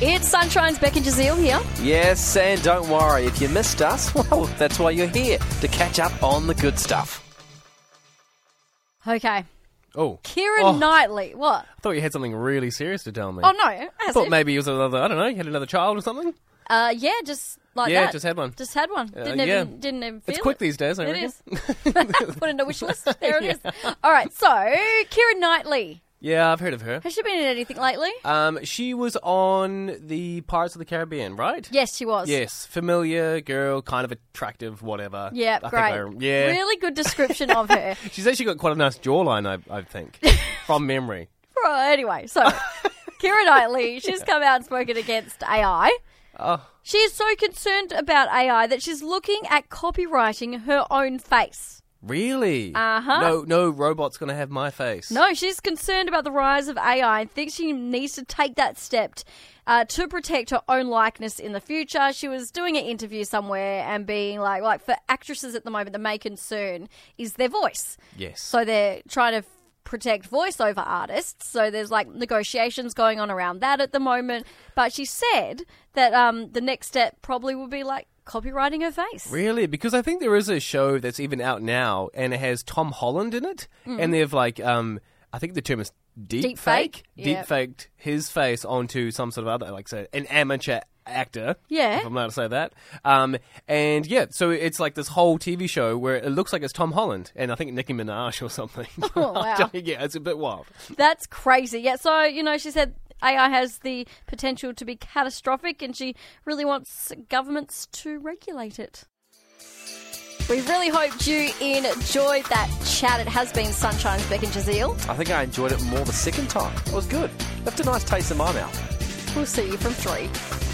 It's Sunshine's Becky Jazeel here. Yes, and don't worry, if you missed us, well, that's why you're here, to catch up on the good stuff. Okay. Oh, Kieran Oh. Knightley. What? I thought you had something really serious to tell me. Oh, no. it I hasn't. thought maybe it was another, I don't know, you had another child or something? Uh, yeah, just like Yeah, that. just had one. Uh, Just had one. Didn't yeah. even didn't even feel it's quick it. these days, I It reckon. is. Put it in a wish list. There it is. All right. So, Kieran Knightley. Yeah, I've heard of her. Has she been in anything lately? Um, she was on the Pirates of the Caribbean, right? yes, she was. Yes, familiar girl, kind of attractive, whatever. Yeah, I think great. I rem- yeah. Really good description of her. She's actually got quite a nice jawline, I, I think, from memory. Right, anyway, so Kira Knightley, she's come out and spoken against AI. Oh. She is so concerned about AI that she's looking at copywriting her own face. Really? Uh-huh. No, no robot's gonna have my face. No, she's concerned about the rise of AI and thinks she needs to take that step uh, to protect her own likeness in the future. She was doing an interview somewhere and being like, like for actresses at the moment, the main concern is their voice. Yes. So they're trying to f- protect voiceover artists. So there's like negotiations going on around that at the moment. But she said that um, the next step probably would be like copywriting her face. Really? Because I think there is a show that's even out now and it has Tom Holland in it. And they've like um I think the term is deep, Mm. Deep fake. fake? Yeah. Deep faked his face onto some sort of other like say an amateur actor. Yeah. If I'm allowed to say that. Um and yeah, so it's like this whole TV show where it looks like it's Tom Holland and I think Nicki Minaj or something. Oh, wow. yeah, it's a bit wild. That's crazy. Yeah. So, you know, she said AI has the potential to be catastrophic and she really wants governments to regulate it. We really hoped you enjoyed that chat. It has been Sunshine's Beck and Jazeel. I think I enjoyed it more the second time. It was good. Left a nice taste in my mouth. We'll see you from three.